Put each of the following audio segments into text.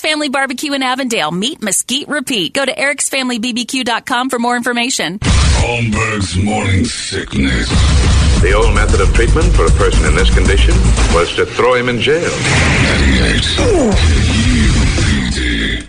Family Barbecue in Avondale. Meet, mesquite, repeat. Go to ericsfamilybbq.com for more information. Holmberg's morning sickness. The old method of treatment for a person in this condition was to throw him in jail. 98. KUPD.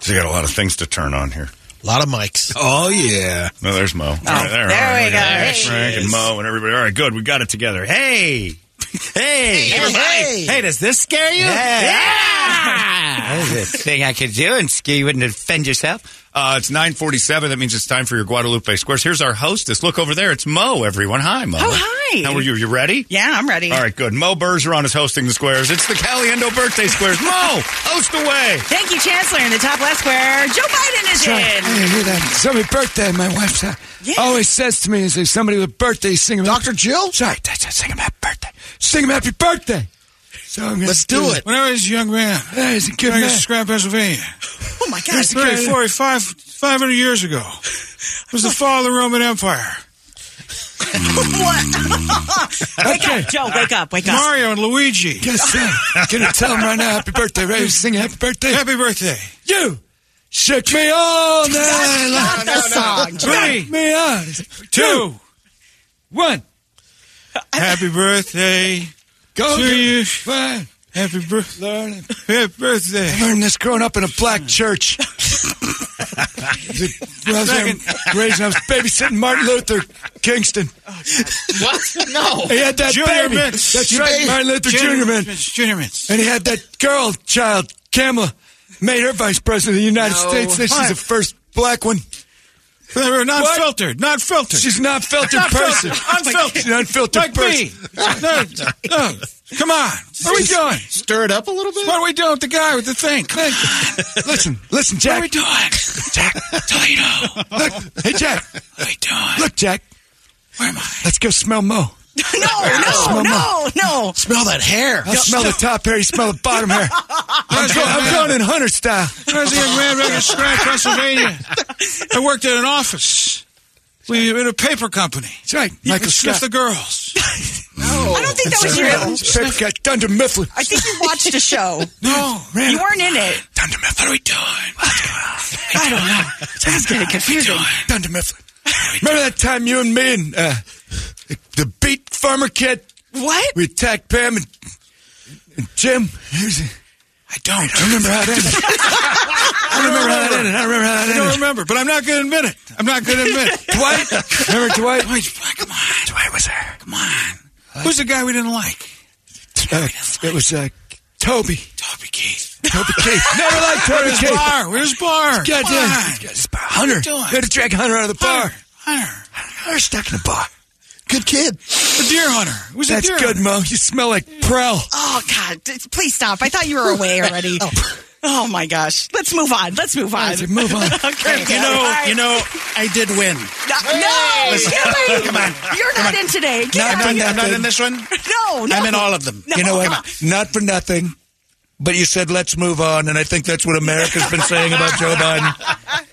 So you got a lot of things to turn on here. A lot of mics. Oh yeah. No, there's Mo. there there There's we go. Frank There she and is. Mo and everybody. All right, good. We got it together. Hey. Hey. Hey. Hey, does this scare you? That was a thing I could do, and sk- you wouldn't defend yourself. Uh, it's 947. That means it's time for your Guadalupe Squares. Here's our hostess. Look over there. It's Mo, everyone. Hi, Mo. Oh, hi. How are you? You ready? Yeah, I'm ready. All right, good. Mo Bergeron is hosting the Squares. It's the Caliendo Birthday Squares. Mo, host away. Thank you, Chancellor, in the top left square. Joe Biden is in. I hear that. It's my birthday. My wife uh, always says to me, is if somebody with a birthday, sing him. Dr. Jill? Sorry, that's it. Sing him happy birthday. Sing him happy birthday. So I'm gonna Let's do it. When I was a young man, that is a good man. Scrap Pennsylvania. Oh my That's gosh. great. 45, 500 years ago. It was the fall of the Roman Empire. Wake up, Joe. Wake up. Wake up. Mario and Luigi. Yes, sir. Gonna uh, tell him right now, happy birthday, Ray. Sing happy birthday. Happy birthday. You shook me all night long. Not the song. Three, me on. two, one. Happy birthday Go to you. Man. Happy birthday. Happy birthday. I learned this growing up in a black church. when I was young, raised, I was babysitting Martin Luther Kingston. Oh, What? No. He had that Junior baby. Mints. That's right, Baby. Martin Luther Junior Mints. Junior Mints. And he had that girl child, Kamala, made her vice president of the United States. This is the first black one. They were not What? filtered. Not filtered. She's an unfiltered person. Unfiltered. She's an unfiltered like person. me. no, no. Come on. What are we doing? Stir it up a little bit. What are we doing with the guy with the thing? Listen, listen, Jack. What are we doing? Jack, Toledo. Look, hey, Jack. What are we doing? Look, Jack. Where am I? Let's go smell Mo. No, no, no, no. Smell that hair. I'll smell the top hair. You smell the bottom hair. I'm, go- I'm going in hunter style. I was a young man back in Scranton, Pennsylvania. I worked at an office. We were in a paper company. That's right. You Michael could sniff Scott. the girls. I don't think that was your. Paper cut. Thunder Mifflin. I think you watched a show. No, You weren't in it. Thunder Mifflin. What are we doing? I don't know. Sounds getting confusing. Thunder Mifflin. Remember that time you and me and uh, the beat farmer kid? What? We attacked Pam and, and Jim. Here's a- I don't. I remember how that ended. I remember how that ended. I remember how that I don't ended. remember, but I'm not going to admit it. I'm not going to admit it. Oh Dwight? Remember Dwight? Dwight, come on. Dwight was there. Come on. Who's the guy we didn't like? Uh, it was uh, Toby. Toby Keith. Toby Keith. Never liked Toby Where's Keith. Bar? Where's Bar? God Come on. damn. Hunter. doing? Had to drag Hunter out of the bar. Hunter. Hunter. Hunter stuck in the bar. Good kid. A deer hunter. It was That's a deer good, hunter. Mo. You smell like Prell. Oh God! D- Please stop. I thought you were away already. Oh my gosh. Let's move on. Let's move on. Let's move on. okay. You Oh, All know, right. you know, I did win. No, no Gilly! Come on. You're not in today. Get I'm out not, of I'm not here. in this one. No, no. I'm in all of them. No, You know come on. what? Not for nothing. But you said let's move on, and I think that's what America's been saying about Joe Biden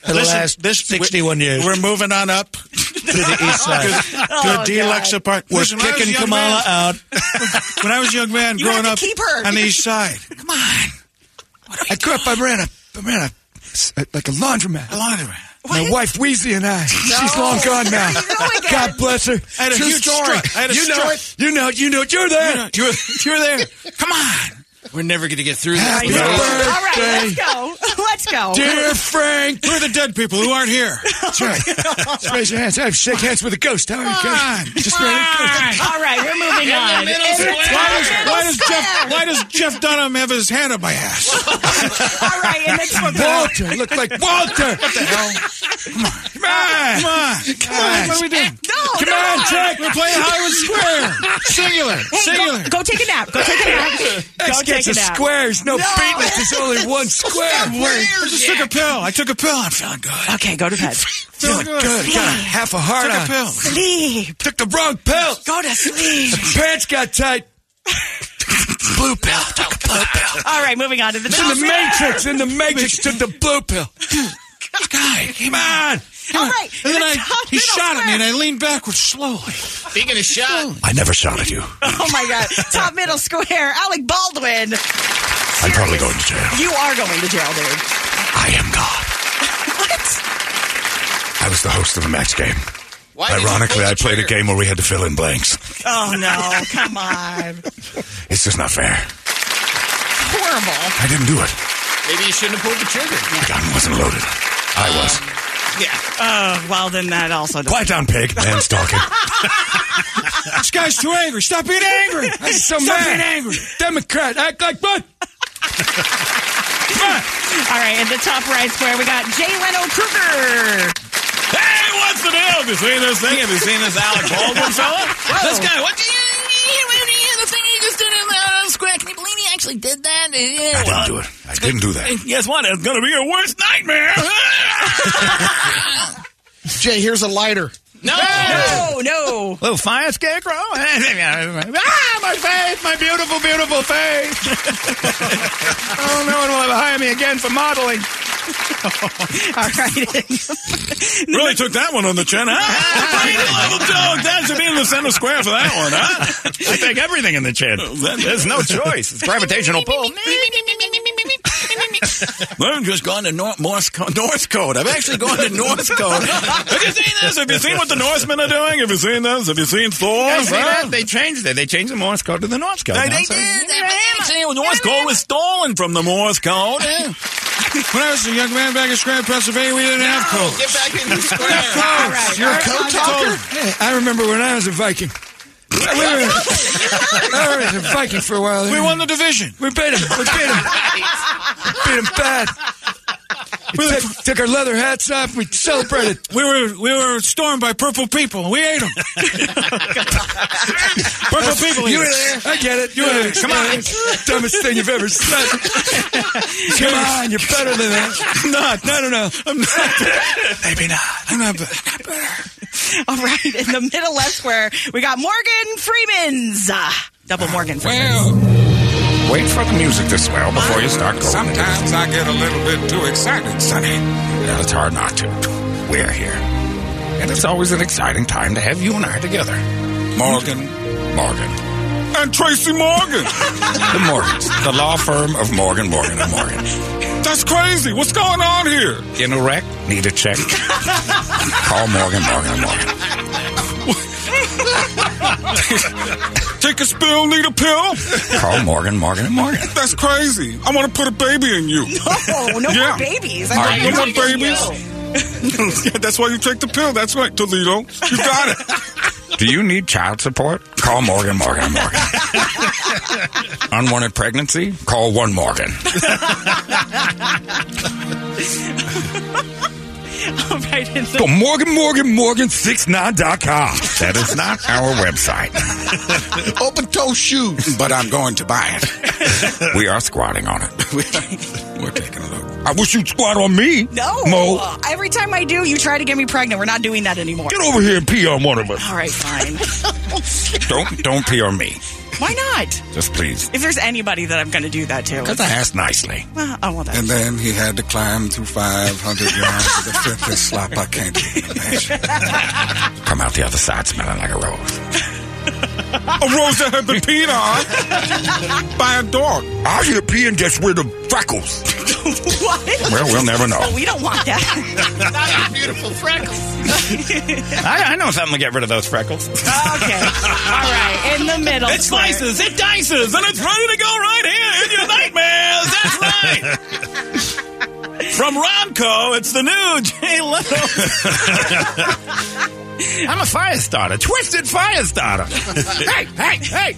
for the Listen, last this- 61 years. We're moving on up to the east side. To, Oh, a deluxe God. apartment. We're Listen, when I was a kicking young Kamala man- out. When I was a young man You growing have to up keep her. on the east side, I grew up, I ran a, I ran a s- uh, like a laundromat. laundromat. My wife Wheezy and I. She's long gone now. God bless her. I had a True huge story. strut. I had a you know strut. it. You know it. You know it. You're there. You were, you were there. Come on. We're never going to get through this. Happy know. All birthday, right, let's go. Let's go. dear Frank. We're the dead people who aren't here. That's right. Just raise your hands. I shake hands with a ghost. How are you, Come ghost? Just ready to ghost. All right, we're moving on. Why does, why, does Jeff, why does Jeff Dunham have his hand up my ass? All right, and it's for Walter. I Look like Walter. What the hell? Come on. Come on. Come on. What are we doing? No, Come no, on, no. Jack. We're playing Hollywood Square. Singular. Hey, go- Singular. go, take a nap. Go take a nap. X go gets take a a nap. square. There's no, beatness. There's only one square. Wait, I just took a pill. I took a pill. I'm feeling good. Okay, go to bed. Feeling good. Got a half a heart Took a on. pill. Sleep. Took the wrong pill. Go to sleep. Pants got tight. blue pill. Took a blue pill. All right, moving on to the It's in the Matrix. In the Matrix, took the blue pill. Guy, come on. All right, And then the I, top he middle shot at me, and square. I leaned backwards slowly. Speaking of shot, I never shot at you. Oh my God! Top middle square. Alec Baldwin. I'm probably going to jail. You are going to jail, dude. I am God. What? I was the host of the Max game. Why did you pull the trigger? where we had to fill in blanks. Oh no! Come on. It's just not fair. Horrible. I didn't do it. Maybe you shouldn't have pulled the trigger. The gun wasn't loaded. I was. Uh, well, then that also. Quiet down, pig. Man's talking. This guy's too angry. Stop being angry. I'm so Stop mad. being angry. Democrat, act like one. All right, in the top right square, we got Jay Leno Kruger. Hey, what's the deal? Have you seen this thing? Have you seen this Alec Baldwin fella? This guy, what did you? The thing you just did in the uh, square. Can you believe he actually did that? I didn't do it. I didn't do that. Guess what? It's going to be your worst nightmare. Jay, here's a lighter. no. No, no. Little fire scarecrow. ah, my face, my beautiful, beautiful face. oh, no one will ever hire me again for modeling. All right. Really took that one on the chin, huh? Little dog, that should be in the center square for that one, huh? I take everything in the chin. There's no choice. It's gravitational pull. I've just gone to North, Morse Co- North Code. I've actually gone to North Code. Have you seen this? Have you seen what the Norsemen are doing? Have you seen this? Have you seen Thor? Yeah, see Huh? that? They changed it. They changed the Morse code to the Norse code. They, Now, they so- did. They did. The Morse code was stolen from the Morse code. when I was a young man back in Scranton, Pennsylvania, we didn't have codes. Get back in the square. All right. You're a All code right. talker? Hey, I remember when I was a Viking. we were, I was a Viking for a while. We won the division. We beat him. We beat him. beat him bad. We took, took our leather hats off. We celebrated. We were we were stormed by purple people. We ate them. purple people. You were eaters. there. I get it. You were there. Come on. Dumbest thing you've ever said. Come on. You're better than that. I'm not. No, no, no. I'm not. Maybe not. I'm not better. All right, in the middle left square, we got Morgan Freeman's. Ah, Double Morgan Freeman's. Wait for the music to swell before you start going. Sometimes I get a little bit too excited, Sonny. Yeah, it's hard not to. We're here. And it's always an exciting time to have you and I together. Morgan Morgan. and Tracy Morgan. The Morgans. the law firm of Morgan, Morgan, and Morgan. That's crazy. What's going on here? In a wreck? Need a check? Call Morgan, Morgan, and Morgan. Take a spill, need a pill? Call Morgan, Morgan, and Morgan. That's crazy. I want to put a baby in you. Oh, no Yeah. more babies. I All thought right, you no were more gonna babies. go. yeah, that's why you take the pill. That's right, Toledo. You got it. Do you need child support? Call Morgan, Morgan, and Morgan. Unwanted pregnancy? Call one Morgan. All right, in the, Go Morgan, Morgan, Morgan69.com. That is not our website. Open toe shoes. But I'm going to buy it. we are squatting on it. We're taking a look. I wish you'd squat on me. no. Mo, Every time I do, you try to get me pregnant. We're not doing that anymore. get over here and pee on one of us. All right, fine. Don't don't pee on me. Why not? Just please. If there's anybody that I'm going to do that to, Because I asked nicely. well, I want that. then he had to climb through 500 yards to the fifth slop. I can't even imagine. Come out the other side smelling like a rose. a rose that had been peed on by a dog. I hear peeing gets rid of freckles. what? Well, we'll never know. So we don't want that. Not your beautiful freckles. I, I know something to get rid of those freckles. okay. All right. In the middle. It slices, it dices, and it's ready to go right here in your nightmares. That's right. From Ronco, it's the new Jay Leno. I'm a fire starter, twisted fire starter. hey, hey, hey.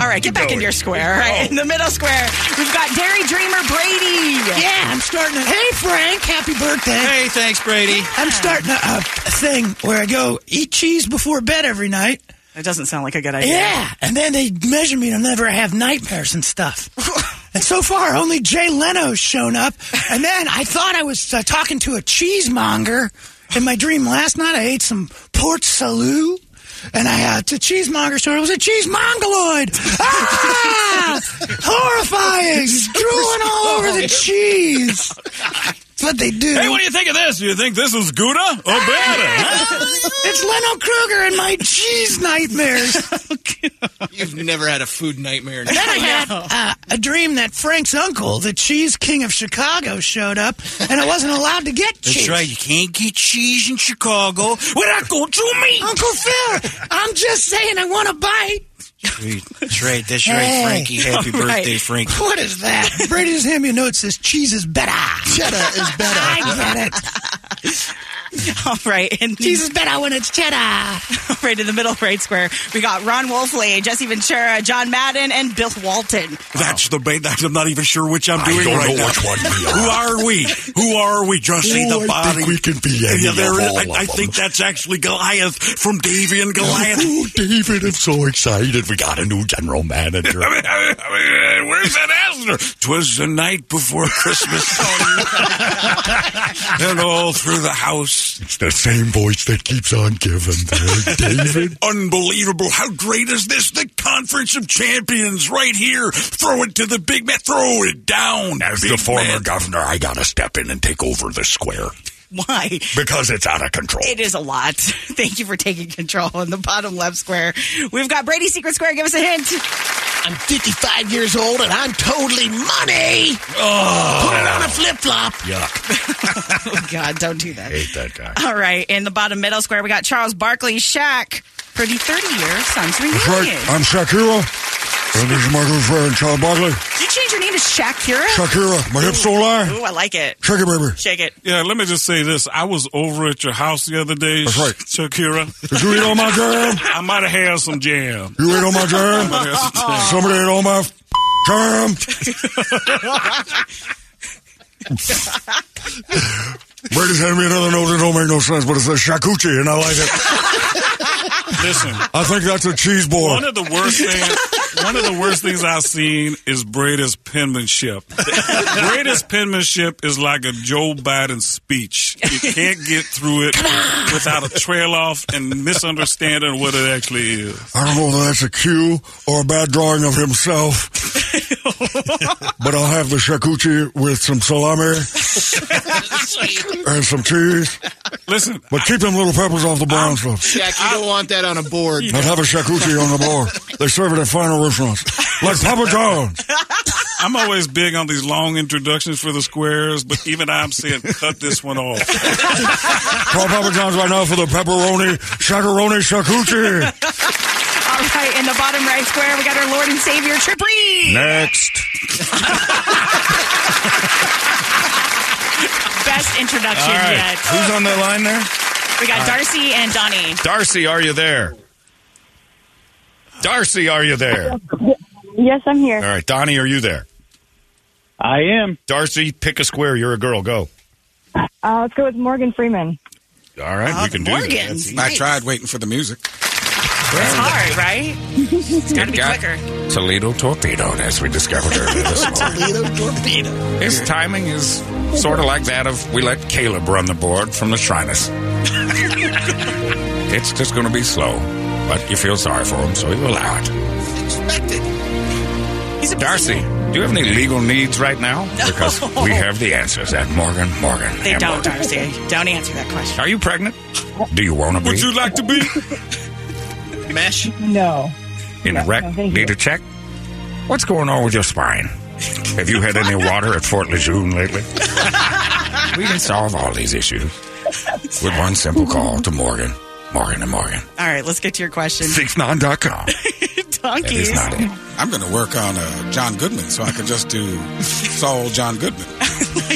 All right, get back in your square. All right, in the middle square, we've got Dairy Dreamer Brady. Yeah, I'm starting. A, hey, Frank, happy birthday! Hey, thanks, Brady. I'm starting a, a thing where I go eat cheese before bed every night. It doesn't sound like a good idea. Yeah, and then they measure me and I'll never have nightmares and stuff. and so far, only Jay Leno's shown up. And then I thought I was uh, talking to a cheesemonger in my dream last night. I ate some port salut. And I had to cheesemonger store. It was a cheese mongoloid. Ah! Horrifying! Drooling all over the cheese. That's what they do. Hey, what do you think of this? Do you think this is Gouda or Bada? It's Leno Kruger and my cheese nightmares. You've never had a food nightmare. And then I had uh, a dream that Frank's uncle, the cheese king of Chicago, showed up, and I wasn't allowed to get That's cheese. right. You can't get cheese in Chicago without going to me. Uncle Phil, I'm just saying I want a bite. That's right. That's right, Hey. Frankie. Happy All right. birthday, Frankie. What is that? Brady just handed me a note that says cheese is better. Cheddar is better. I get it. All right. And Cheese is better when it's cheddar. right in the middle right square, we got Ron Wolfley, Jesse Ventura, John Madden, and Bill Walton. That's the bait. That's, I'm not even sure which I'm I doing don't right know now. which one we Who are we? Who are we? Just see Oh, the I body. think we can be any yeah, there of is- all I, of I them. think that's actually Goliath from Davy and Goliath. Oh, David, I'm so excited. We got a new general manager. Where's that Asner? Twas the night before Christmas, and all through the house. It's the same voice that keeps on giving. there, David. Unbelievable. How great is this? The Conference of Champions right here. Throw it to the big man. Throw it down. As the big former man. governor, I gotta step in and take over the square Why? because it's out of control. It is a lot. Thank you for taking control in the bottom left square. We've got Brady Secret Square. Give us a hint. I'm 55 years old and I'm totally money. Put it on a flip flop. Oh. Yuck! Oh, God, don't do that. Hate that guy. All right. In the bottom middle square, we got Charles Barkley, Shaq, for the 30 year Suns reunion. I'm Shakira. And this is my good friend, Charles Barkley. Did you change your name to Shakira? Shakira, my hips don't lie. Ooh, I like it. Shake it, baby. Shake it. Yeah, let me just say this. I was over at your house the other day, That's right. Shakira. Did you eat all my jam? I might have had some jam. You ate all my jam? Somebody ate all my f- jam. Brady's handed me another note that don't make no sense, but it says shakuchi, and I like it. Listen, I think that's a cheese board. one of the worst things, one of the worst things I've seen is Brady's penmanship. Brady's penmanship is like a Joe Biden speech. You can't get through it without a trail off and misunderstanding what it actually is. I don't know whether that's a cue or a bad drawing of himself, but I'll have the shakuchi with some salami and some cheese, Listen, but keep them little peppers off the brown stuff. Jack, you don't want that on a board. I'd have a shakuchi on the board. They serve it at finer restaurants, like Papa John's. I'm always big on these long introductions for the squares, but even I'm saying cut this one off. Call Papa John's right now for the pepperoni, shakaroni, shakuchi. All right. In the bottom right square, we got our Lord and Savior, E. Trip Reed. Next. Best introduction All right. yet. Who's on the line there? We got Darcy and Donnie. Darcy, are you there? Darcy, are you there? All Yes, I'm here. right. Donnie, are you there? I am. Darcy, pick a square. You're a girl. Go. Uh, let's go with Morgan Freeman. All right. we can do that. Morgan. That's- I tried waiting for the music. It's hard, right? It's got to be God. quicker. Toledo torpedo, as we discovered earlier this morning. Toledo torpedo. His timing is sort of like that of we let Caleb run the board from the Shriners. it's just going to be slow, but you feel sorry for him, so you allow it. Expected. He's a Darcy, do you have any legal needs right now? Because we have the answers at Morgan Morgan. They and don't, Morgan. Darcy. Don't answer that question. Are you pregnant? Do you want to be? Would you like to be? Mesh? No. Incorrect. Need a check? What's going on with your spine? Have you had any water at Fort Lejeune lately? we can solve all these issues with one simple call to Morgan. Morgan and Morgan. All right, let's get to your question. 69.com. Donkeys. I'm going to work on uh, John Goodman so I can just do Saul John Goodman.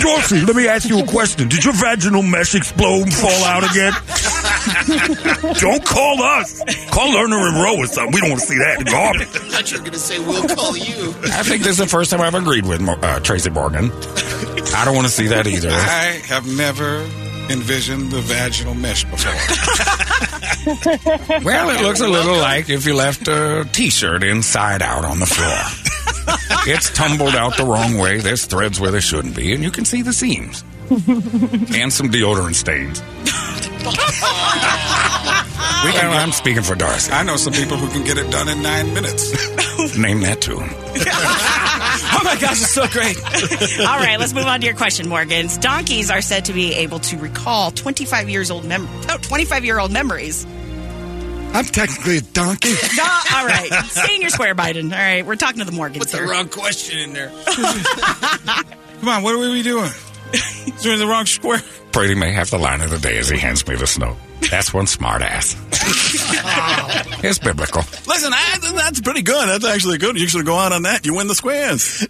Dorsey, let me ask you a question. Did your vaginal mesh explode and fall out again? don't call us. Call Lerner and Rowe or something. We don't want to see that. Garbage. I thought you were going to say, we'll call you. I think this is the first time I've agreed with Mo- uh, Tracy Morgan. I don't want to see that either. I have never envisioned the vaginal mesh before. Well, it looks a little like if you left a T-shirt inside out on the floor. it's tumbled out the wrong way. There's threads where there shouldn't be, and you can see the seams and some deodorant stains. We can, I'm speaking for Darcy. I know some people who can get it done in nine minutes. Name that tune. oh my gosh, it's so great. All right, let's move on to your question, Morgans. Donkeys are said to be able to recall 25 years old mem- no, 25 year old memories. I'm technically a donkey. No, all right. Stay in your square, Biden. All right, we're talking to the Morgans. Put the here. wrong question in there. Come on, what are we doing? Is we in the wrong square? Brady may have the line of the day as he hands me the snow. That's one smart ass. it's biblical. Listen, I, that's pretty good. That's actually good. You should go out on that. You win the squares.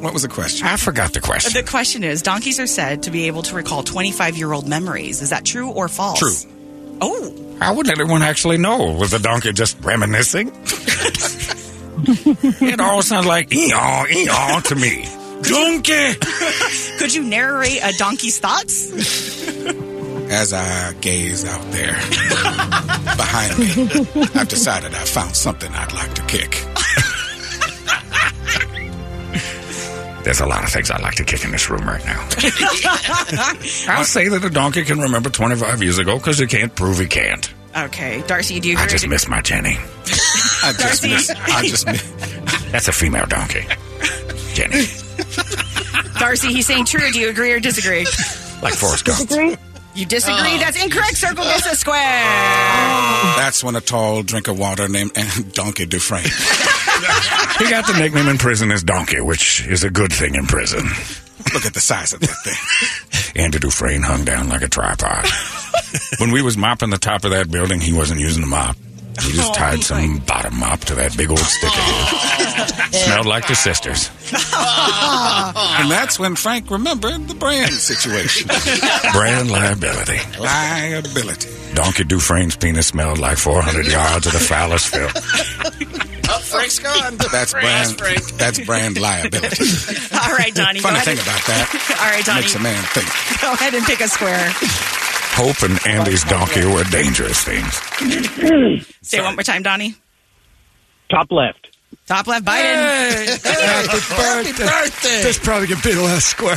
what was the question? I forgot the question. The question is donkeys are said to be able to recall 25 year old memories. Is that true or false? True. Oh, How would anyone actually know? Was the donkey just reminiscing? it all sounds like eon, eon to me. Donkey! could you narrate a donkey's thoughts? As I gaze out there behind me, I've decided I found something I'd like to kick. There's a lot of things I'd like to kick in this room right now. I'll say that a donkey can remember 25 years ago because you can't prove he can't. okay, Darcy, do you agree? I just miss my Jenny. I just Darcy. miss. I just miss. That's a female donkey. Jenny. Darcy, he's saying true. Do you agree or disagree? Like Forrest Gump. Uh, You disagree? That's incorrect. Circle gets a square. That's when a tall drink of water named Donkey Dufresne. He got the nickname in prison as Donkey, which is a good thing in prison. Look at the size of that thing. Andy Dufresne hung down like a tripod. when we was mopping the top of that building, he wasn't using the mop. He just tied some bottom mop to that big old stick. of his. Smelled like the sisters. and that's when Frank remembered the brand situation. Brand liability. Liability. Donkey Dufresne's penis smelled like 400 yards of the foulest filth. Oh, Frank's gone. That's Frank's brand. That's brand liability. All right, Donnie. go Funny ahead thing and- about that. All right, Donnie. Makes a man think. Go ahead and pick a square. Hope and Andy's donkey were dangerous things. Say it one more time, Donnie. Top left. Top left, Biden. Happy birthday. This probably could be the last square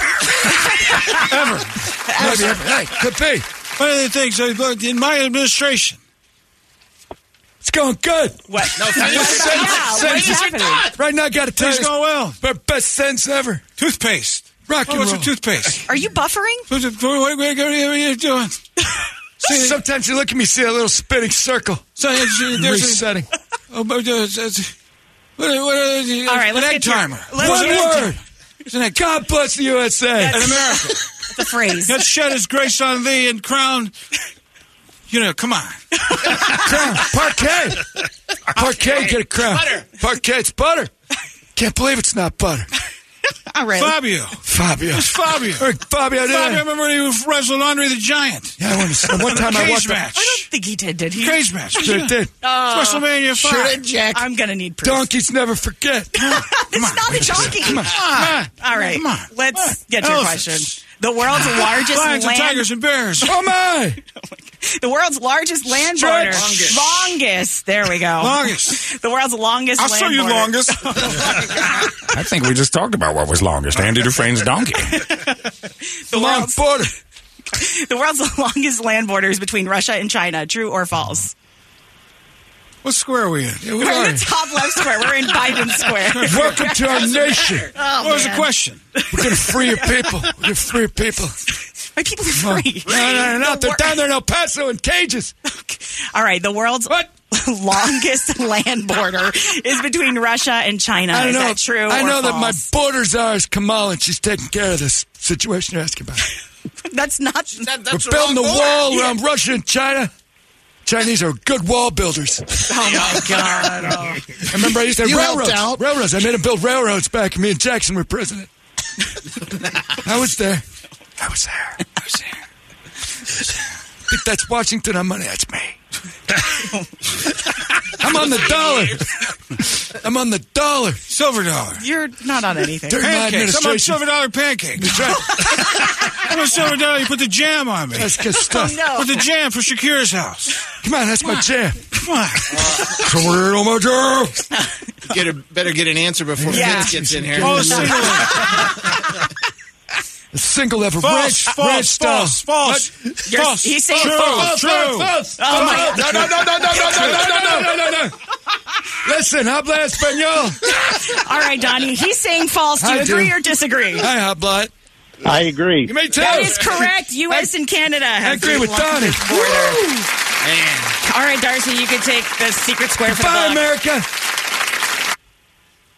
ever. Maybe ever. Hey, could be. One of the things I looked in my administration. It's going good. What? No, thanks. Since- Yeah, what since- is happening? Right now, I got to tell Things you, going well. but best sense ever. Toothpaste. Rock Oh, and what's roll. your toothpaste? Are you buffering? What what- what- what are you doing? Sometimes you look at me, see a little spinning circle. So it's, uh, there's a- Resetting. Oh, but, uh, it's- it's- what, what, uh, All right, let's an get egg to your- timer. What's let's One get an egg to- word. timer? An egg- God bless the USA. In America. The phrase. God shed his grace on thee and crown. You know, come on. Crown. Parquet. Parquet, get a crown. Butter. Parquet, it's butter. Can't believe it's not butter. All right. Fabio. Fabio. It's Fabio. Or Fabio, did Fabio, I? remember he wrestled Andre the Giant. Yeah, I want to see. One time I Cage watched match. I don't think he did, did he? Cage match. Sure did. It's WrestleMania 5. Jack. I'm going to need proof. Donkeys never forget. It's not a donkey. Come on. Ah. All right. Come on. Let's get to your Elephants. question. The world's largest Lions and land tigers and bears. oh my! the world's largest land border. Longest. Longest. There we go. Longest. The world's longest I'll land show you border. longest. I think we just talked about what was longest Andy Dufresne's donkey. The Long world's, border. the world's longest land border is between Russia and China. True or false? what square are we in? Yeah, we We're are. in the top left square. We're in Biden square. Welcome to our nation. Oh, what was the man. question? We're gonna free your people. We're gonna free your people. My people are free. No, no, no, no. The They're wor- down there in El Paso in cages. All right, the world's What? longest land border is between Russia and China. I don't is know. that true? I or know that my false? borders are is Kamala, and she's taking care of this situation you're asking about. That's not. that's We're building a wall around Russia and China. Chinese are good wall builders. Oh my God! I remember I used to have You helped railroads. out. Railroads. I made him build railroads back. when Me and Jackson were president. I was there. I was there. I was there. If that's Washington on Monday, that's me. I'm on the dollar. I'm on the dollar. Silver dollar. You're not on anything. During my Pancakes. I'm on administration. silver dollar pancakes. I'm on silver dollar. You put the jam on me. That's good stuff. Oh, Put the jam for Shakira's house. Come on, that's my jam. Come on. Somewhere on my job. Get a, better get an answer before Yeah. Vince gets in here. Oh, single. A single ever False, ranch, false, ranch style. false, false, What? You're- false, he's saying true, false. true, false. Oh, my God. No, no, no, no, no, no, no, no, no, no, no, no. Listen, habla español. All right, Donnie. He's saying false. Do you I do. agree or disagree? Hi, habla. I agree. You may tell. That is correct. U.S. and Canada. I Have agree the with Donnie. longest border. All right, Darcy, you can take the secret square for Goodbye, the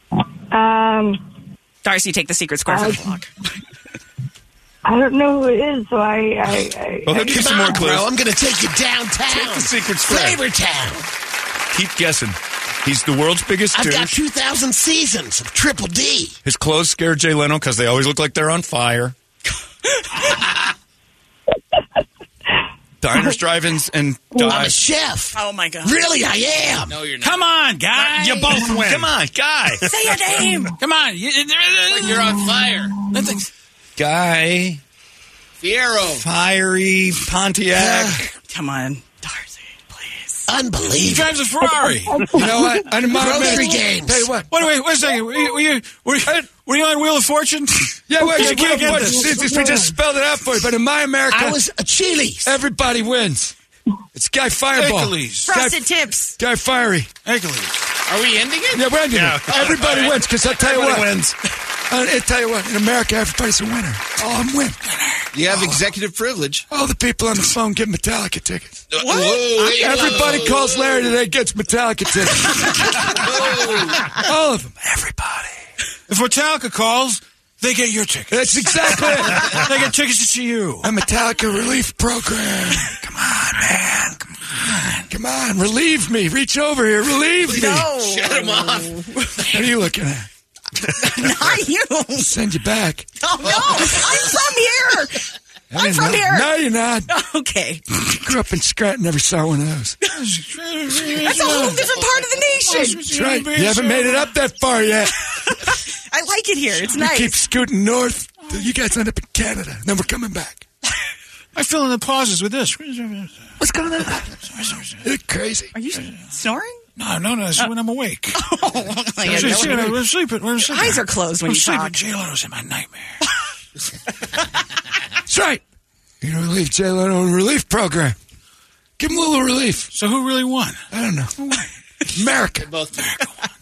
book. America. Um, Darcy, take the secret square for I- the vlog. I don't know who it is, so I. I, I Well, he'll give you some more clues. Bro, I'm going to take you downtown. Take the secret square. Flavor Town. Keep guessing. He's the world's biggest I've douche. got 2,000 seasons of Triple D. His clothes scare Jay Leno because they always look like they're on fire. Diners, drive-ins, and I'm a dives. chef. Oh my God! Really, I am. No, you're not. Come on, guy. You both win. Come on, guy. Say your name. Come on. You, You're on fire. Guy. Fiero. Fiery Uh, Pontiac. Come on. Unbelievable. He drives a Ferrari. You know what? I might have Grocery missed- games. Tell you what. Wait, wait, wait a second. Were you, were you, were you, were you on Wheel of Fortune? Yeah, well, You you can't can't get watch this. this. We just spelled it out for you. But in my America, I was a Chili's. everybody wins. It's Guy Fireball. Hercules. Guy, Frosted tips. Guy Fiery. Hercules. Are we ending it? Yeah, we're ending Yeah. it. Everybody All right. wins because I tell you Everybody what. Uh, wins. I I tell you what. In America, everybody's a winner. Oh, I'm winning. You have executive privilege. All the people on the phone get Metallica tickets. What? Whoa, Everybody calls Larry today gets Metallica tickets. All of them. Everybody. If Metallica calls, they get your ticket. That's exactly it. they get tickets to you. A Metallica relief program. Come on, man. Come on. Come on. Relieve me. Reach over here. Relieve me. Shut him off. What are you looking at? Not you. Oh no! Send you back. I'm from here. I'm from no, here. No, you're not. Okay, I grew up in Scranton. Never saw one of those. that's a whole different part of the nation. That's right. You haven't made it up that far yet. I like it here. It's You keep nice. scooting north. till You guys end up in Canada. Then we're coming back. I fill in the pauses with this. What's going on? You're crazy. Are you snoring? No, no, no. It's when I'm awake. Oh, like, Yeah, I don't know. we're sleeping. We're Your sleeping. eyes are closed when I'm you sleeping. talk. Jay Leno's in my nightmare. That's right. You know, relief Jay Leno a relief program. Give him a little relief. So who really won? I don't know. America. Both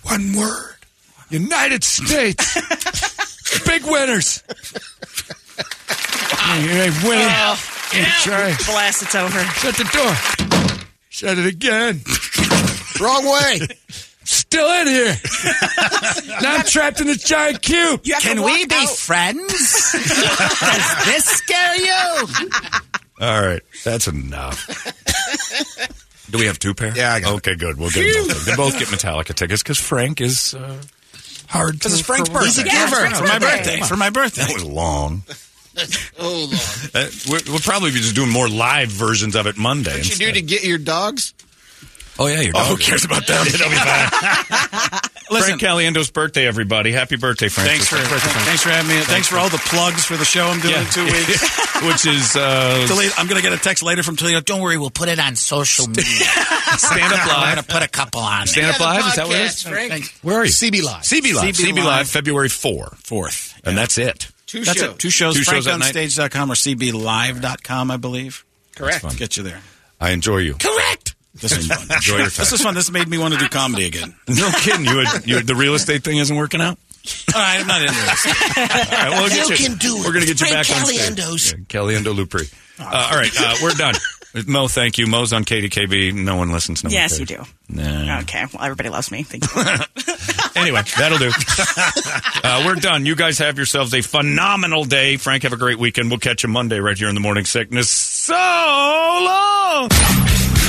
One word. United States. Big winners. You ain't winning. Oh, That's right. Blast, it's over. Shut the door. Shut it again. Wrong way. Still in here. now I'm trapped in this giant cube. You have to walk out. friends? Does this scare you? All right, that's enough. Do we have two pairs? Yeah, I got Okay, good. We'll get them both. They both get Metallica tickets because Frank is uh, hard. Because it's Frank's birthday. He's a Yeah, giver. it's For my birthday. For my birthday. That was long. Oh, Lord. Uh, we're, we'll probably be just doing more live versions of it Monday. What you do to get your dogs? oh yeah, your dog. who cares about them? It'll be fine. Listen, Frank Caliendo's birthday, everybody. Happy birthday, Frank. thanks for thanks for having me. Thanks for all the plugs for the show I'm doing Yeah. in two weeks. Which is uh, Delete- I'm going to get a text later from Toledo. Don't worry, we'll put it on social media. stand up I'm going live. to put a couple on. Stand up Yeah, the live. Is that what it podcast, is? Frank. Where are you? CB Live. CB live. CB CB, live. Live. Uh, February four. Fourth. And that's it. Two That's shows. it. Two shows. Two shows at night. FrankOnStage.com or CBLive.com, I believe. Correct. Get you there. I enjoy you. Correct. This is fun. Enjoy your time. This is fun. This made me want to do comedy again. No kidding. You, had, you had, the real estate thing isn't working out. All right, I'm not into this. All right, we'll You get can do it. We're going to get you Frank back on stage. Caliendo's. Yeah, Caliendo Lupri. Uh, all right, uh, we're done. Mo, thank you. Mo's on KDKB. No one listens. No one yes, you cares. do. Nah. Okay. Well, everybody loves me. Thank you. Anyway, that'll do. uh, we're done. You guys have yourselves a phenomenal day. Frank, have a great weekend. We'll catch you Monday right here in the morning sickness. So long.